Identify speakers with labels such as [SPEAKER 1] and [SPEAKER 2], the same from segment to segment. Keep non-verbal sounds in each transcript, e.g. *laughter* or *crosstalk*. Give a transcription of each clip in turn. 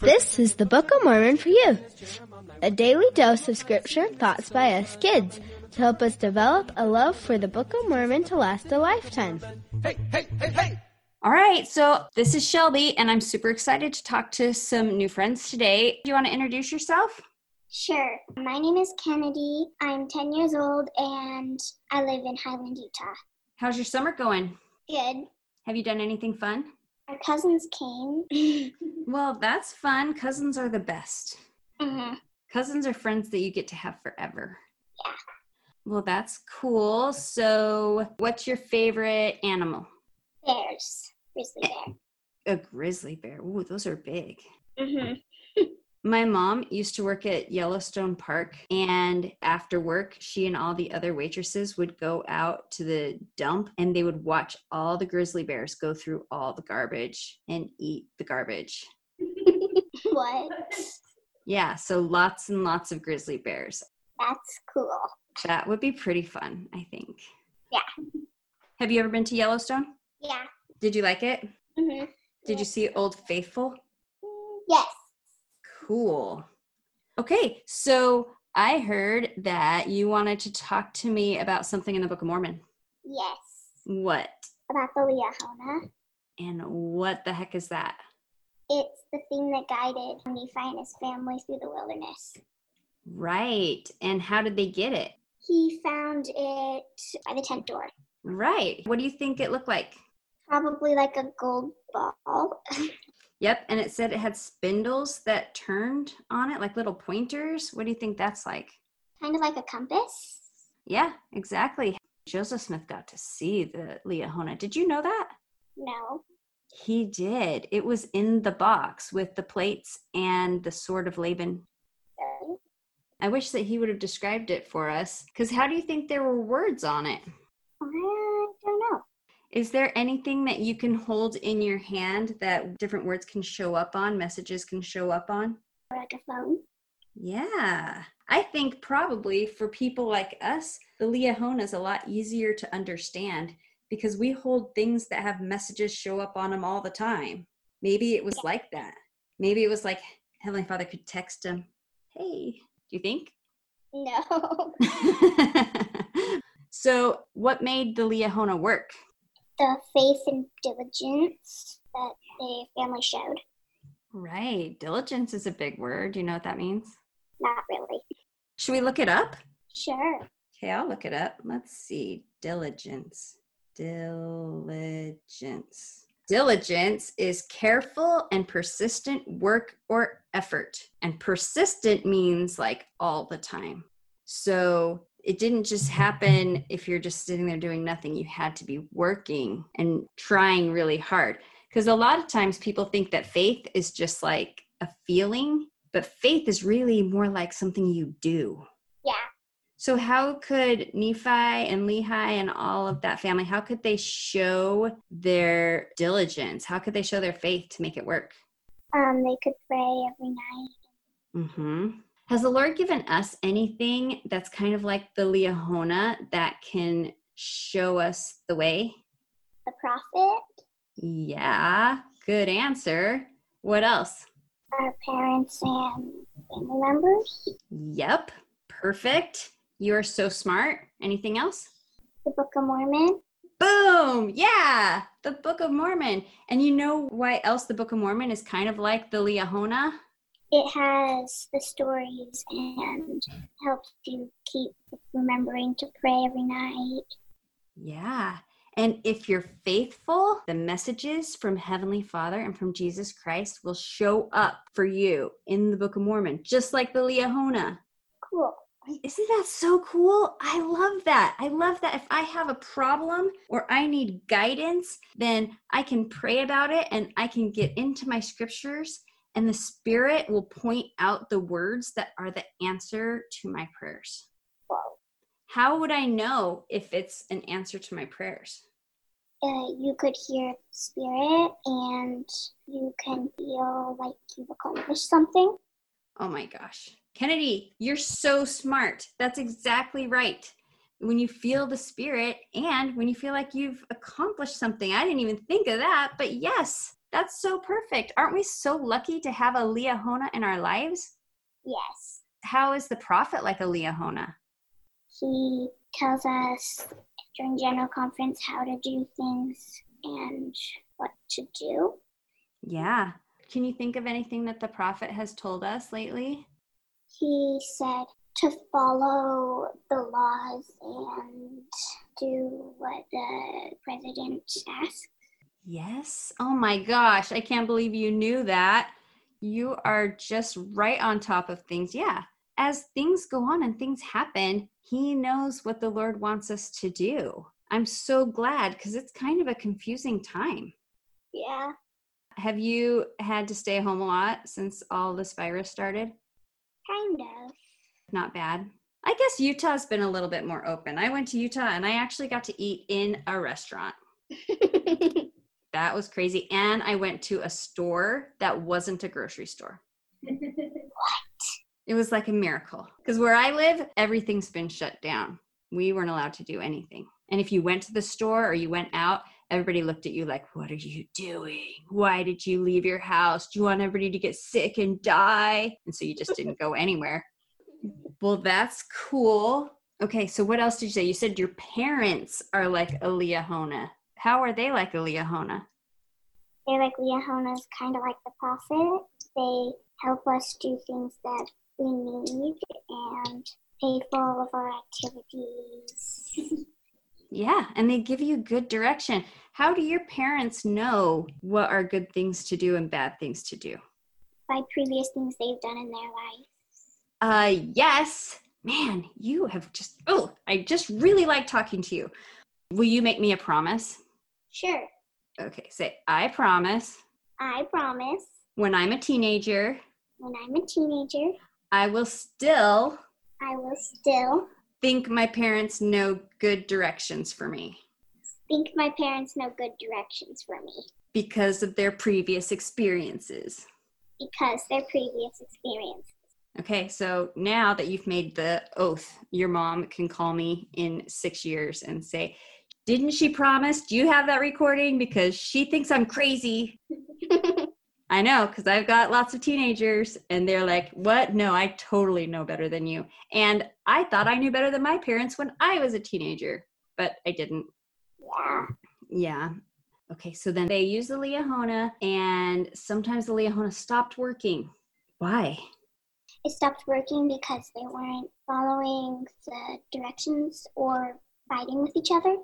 [SPEAKER 1] This is the Book of Mormon for you, a daily dose of scripture and thoughts by us kids to help us develop a love for the Book of Mormon to last a lifetime.
[SPEAKER 2] All right, so this is Shelby, and I'm super excited to talk to some new friends today. Do you want to introduce yourself?
[SPEAKER 3] Sure. My name is Kennedy. I'm 10 years old and I live in Highland, Utah.
[SPEAKER 2] How's your summer going?
[SPEAKER 3] Good.
[SPEAKER 2] Have you done anything fun?
[SPEAKER 3] Our cousins
[SPEAKER 2] *laughs*
[SPEAKER 3] came.
[SPEAKER 2] Well, that's fun. Cousins are the best.
[SPEAKER 3] hmm
[SPEAKER 2] Cousins are friends that you get to have forever.
[SPEAKER 3] Yeah.
[SPEAKER 2] Well, that's cool. So, what's your favorite animal?
[SPEAKER 3] Bears. Grizzly bear.
[SPEAKER 2] A grizzly bear. Ooh, those are big. Mm-hmm.
[SPEAKER 3] hmm
[SPEAKER 2] My mom used to work at Yellowstone Park, and after work, she and all the other waitresses would go out to the dump and they would watch all the grizzly bears go through all the garbage and eat the garbage.
[SPEAKER 3] *laughs* what?
[SPEAKER 2] Yeah, so lots and lots of grizzly bears.
[SPEAKER 3] That's cool.
[SPEAKER 2] That would be pretty fun, I think.
[SPEAKER 3] Yeah.
[SPEAKER 2] Have you ever been to Yellowstone?
[SPEAKER 3] Yeah.
[SPEAKER 2] Did you like it?
[SPEAKER 3] hmm
[SPEAKER 2] Mm-hmm. Did you see Old Faithful?
[SPEAKER 3] Yes.
[SPEAKER 2] Cool. Okay, so I heard that you wanted to talk to me about something in the Book of Mormon.
[SPEAKER 3] Yes.
[SPEAKER 2] What?
[SPEAKER 3] About the Liahona.
[SPEAKER 2] And what the heck is that?
[SPEAKER 3] It's the thing that guided Nephi and his family through the wilderness.
[SPEAKER 2] Right. And how did they get it?
[SPEAKER 3] He found it by the tent door.
[SPEAKER 2] Right. What do you think it looked like?
[SPEAKER 3] Probably like a gold ball. *laughs*
[SPEAKER 2] Yep. And it said it had spindles that turned on it, like little pointers. What do you think that's like?
[SPEAKER 3] kind of like a compass.
[SPEAKER 2] Yeah, exactly. Joseph Smith got to see the Liahona. Did you know that?
[SPEAKER 3] No.
[SPEAKER 2] He did. It was in the box with the plates and the sword of Laban.
[SPEAKER 3] Really?
[SPEAKER 2] I wish that he would have described it for us, because how do you think there were words on it?
[SPEAKER 3] I don't know.
[SPEAKER 2] Is there anything that you can hold in your hand that different words can show up on, messages can show up on?
[SPEAKER 3] Like a phone.
[SPEAKER 2] Yeah. I think probably for people like us, the Liahona is a lot easier to understand because we hold things that have messages show up on them all the time. Maybe it was like that. Maybe it was like Heavenly Father could text him, hey, do you think?
[SPEAKER 3] No. *laughs*
[SPEAKER 2] *laughs* so, what made the Liahona work?
[SPEAKER 3] the faith and diligence that the family showed.
[SPEAKER 2] Right. Diligence is a big word. You know what that means?
[SPEAKER 3] Not really.
[SPEAKER 2] Should we look it up?
[SPEAKER 3] Sure.
[SPEAKER 2] Okay, I'll look it up. Let's see. Diligence. Diligence. Diligence is careful and persistent work or effort. And persistent means like all the time. So it didn't just happen if you're just sitting there doing nothing. You had to be working and trying really hard. Because a lot of times people think that faith is just like a feeling, but faith is really more like something you do.
[SPEAKER 3] Yeah.
[SPEAKER 2] So how could Nephi and Lehi and all of that family, how could they show their diligence? How could they show their faith to make it work?
[SPEAKER 3] Um, they could pray every night.
[SPEAKER 2] hmm Has the Lord given us anything that's kind of like the Liahona that can show us the way?
[SPEAKER 3] The prophet,
[SPEAKER 2] Yeah, good answer. What else?
[SPEAKER 3] our parents, and family members.
[SPEAKER 2] Yep, perfect. You are so smart. Anything else?
[SPEAKER 3] The Book of Mormon.
[SPEAKER 2] Boom! Yeah, the Book of Mormon. And you know why else the Book of Mormon is kind of like the Liahona?
[SPEAKER 3] It has the stories and helps you keep remembering to pray every night.
[SPEAKER 2] Yeah. And if you're faithful, the messages from Heavenly Father and from Jesus Christ will show up for you in the Book of Mormon, just like the Liahona.
[SPEAKER 3] Cool.
[SPEAKER 2] Isn't that so cool? I love that. I love that. If I have a problem or I need guidance, then I can pray about it and I can get into my scriptures, and the Spirit will point out the words that are the answer to my prayers.
[SPEAKER 3] Whoa.
[SPEAKER 2] How would I know if it's an answer to my prayers?
[SPEAKER 3] Uh, you could hear the spirit and you can feel like you've accomplished something.
[SPEAKER 2] Oh my gosh. Kennedy, you're so smart. That's exactly right. When you feel the spirit and when you feel like you've accomplished something, I didn't even think of that, but yes, That's so perfect. Aren't we so lucky to have a Leahona in our lives?
[SPEAKER 3] Yes.
[SPEAKER 2] How is the prophet like a Leahona?
[SPEAKER 3] He tells us during general conference how to do things and what to do.
[SPEAKER 2] Yeah. Can you think of anything that the prophet has told us lately?
[SPEAKER 3] He said to follow the laws and do what the president asks.
[SPEAKER 2] Yes. Oh my gosh. I can't believe you knew that. You are just right on top of things. Yeah. As things go on and things happen, he knows what the Lord wants us to do. I'm so glad because it's kind of a confusing time.
[SPEAKER 3] Yeah.
[SPEAKER 2] Have you had to stay home a lot since all this virus started?
[SPEAKER 3] Kind of.
[SPEAKER 2] Not bad. I guess Utah's been a little bit more open. I went to Utah and I actually got to eat in a restaurant. That was crazy. And I went to a store that wasn't a grocery store. It was like a miracle. Because where I live, everything's been shut down. We weren't allowed to do anything. And if you went to the store or you went out, everybody looked at you like, What are you doing? Why did you leave your house? Do you want everybody to get sick and die? And so you just didn't go anywhere. Well, that's cool. Okay, so what else did you say? You said your parents are like a Leahona. How are they like a Leahona?
[SPEAKER 3] They're like Leohona's kind of like the prophet. They help us do things that we need and pay for all of our *laughs* activities.
[SPEAKER 2] Yeah, and they give you good direction. How do your parents know what are good things to do and bad things to do?
[SPEAKER 3] by previous things they've done in their life.
[SPEAKER 2] Uh, yes. Man, you have just, oh, I just really like talking to you. Will you make me a promise?
[SPEAKER 3] Sure,
[SPEAKER 2] Okay, say, I promise
[SPEAKER 3] I promise
[SPEAKER 2] when I'm a teenager,
[SPEAKER 3] when I'm a teenager,
[SPEAKER 2] I will still
[SPEAKER 3] I will still
[SPEAKER 2] think my parents know good directions for me
[SPEAKER 3] think my parents know good directions for me
[SPEAKER 2] because of their previous experiences.
[SPEAKER 3] because their previous experience. *laughs*
[SPEAKER 2] Okay, so now that you've made the oath, your mom can call me in six years and say, Didn't she promise? Do you have that recording? Because she thinks I'm crazy. I know, because I've got lots of teenagers, and they're like, What? No, I totally know better than you. And I thought I knew better than my parents when I was a teenager, but I didn't.
[SPEAKER 3] Yeah.
[SPEAKER 2] Yeah. Okay, so then they used the Leahona, and sometimes the Leahona stopped working. Why?
[SPEAKER 3] It stopped working because they weren't following the directions or fighting with each other.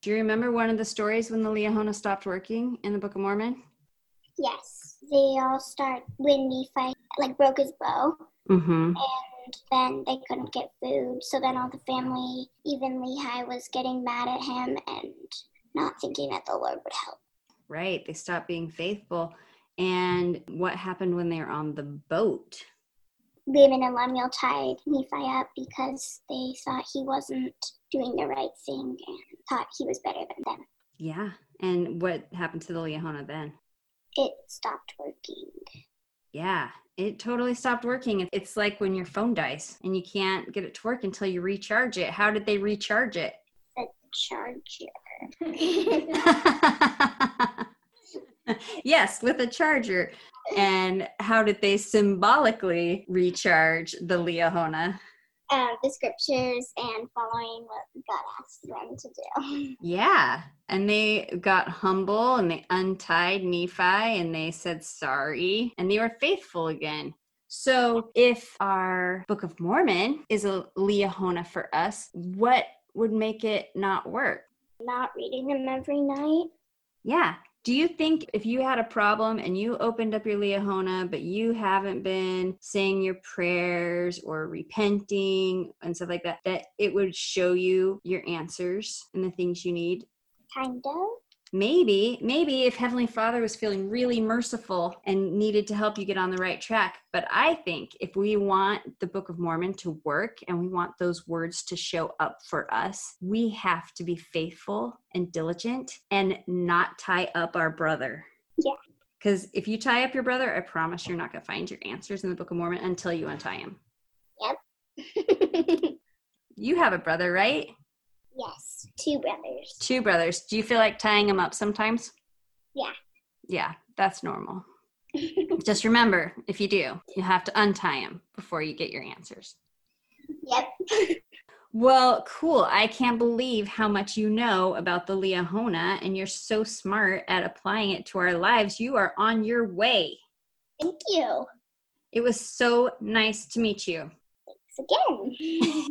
[SPEAKER 2] Do you remember one of the stories when the Leahona stopped working in the Book of Mormon?
[SPEAKER 3] Yes. They all start when Nephi like broke his bow
[SPEAKER 2] Mm-hmm.
[SPEAKER 3] and then they couldn't get food. So then all the family, even Lehi, was getting mad at him and not thinking that the Lord would help.
[SPEAKER 2] Right. They stopped being faithful. And what happened when they were on the boat?
[SPEAKER 3] Laban and Lemuel tied Nephi up because they thought he wasn't doing the right thing and thought he was better than them.
[SPEAKER 2] Yeah. And what happened to the Leahona then?
[SPEAKER 3] It stopped working.
[SPEAKER 2] Yeah. It totally stopped working. It- It's like when your phone dies and you can't get it to work until you recharge it. How did they recharge it? *laughs*
[SPEAKER 3] The charger.
[SPEAKER 2] yes, with a charger. And how did they symbolically recharge the Leahona?
[SPEAKER 3] Um, the scriptures and following what God asked them to do. *laughs*
[SPEAKER 2] Yeah. And they got humble and they untied Nephi and they said sorry and they were faithful again. So, if our Book of Mormon is a Leahona for us, what would make it not work?
[SPEAKER 3] Not reading them every night.
[SPEAKER 2] Yeah. Do you think if you had a problem and you opened up your Leahona, but you haven't been saying your prayers or repenting and stuff like that, that it would show you your answers and the things you need?
[SPEAKER 3] Kind of. *laughs*
[SPEAKER 2] maybe maybe if heavenly father was feeling really merciful and needed to help you get on the right track but i think if we want the book of mormon to work and we want those words to show up for us we have to be faithful and diligent and not tie up our brother
[SPEAKER 3] Yeah.
[SPEAKER 2] because if you tie up your brother i promise you're not going to find your answers in the book of mormon until you untie him you have a brother right
[SPEAKER 3] yes. Two brothers.
[SPEAKER 2] two brothers do you feel like tying them up sometimes
[SPEAKER 3] Yeah.
[SPEAKER 2] yeah That's normal. Just remember, if you do, you have to untie them before you get your answers.
[SPEAKER 3] Yep.
[SPEAKER 2] Well, cool. I can't believe how much you know about the Leahona, and you're so smart at applying it to our lives. You are on your way.
[SPEAKER 3] Thank you.
[SPEAKER 2] It was so nice to meet you. *laughs*
[SPEAKER 3] Thanks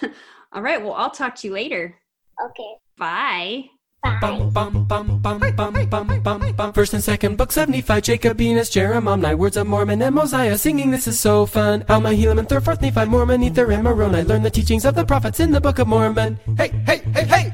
[SPEAKER 3] again. *laughs*
[SPEAKER 2] All right. Well, I'll talk to you later.
[SPEAKER 3] okay.
[SPEAKER 2] Bye.
[SPEAKER 3] Bye.
[SPEAKER 4] Bum, bum, bum, bum, bum, bum, bum, bum. First and second books of Nephi, Jacob, Enos, Jeremiah, Words of Mormon, and Mosiah. Singing, this is so fun. Alma, Helaman, third, fourth, Nephi, Mormon, Ether, and Moroni. Learn the teachings of the prophets in the Book of Mormon. Hey, hey, hey, hey!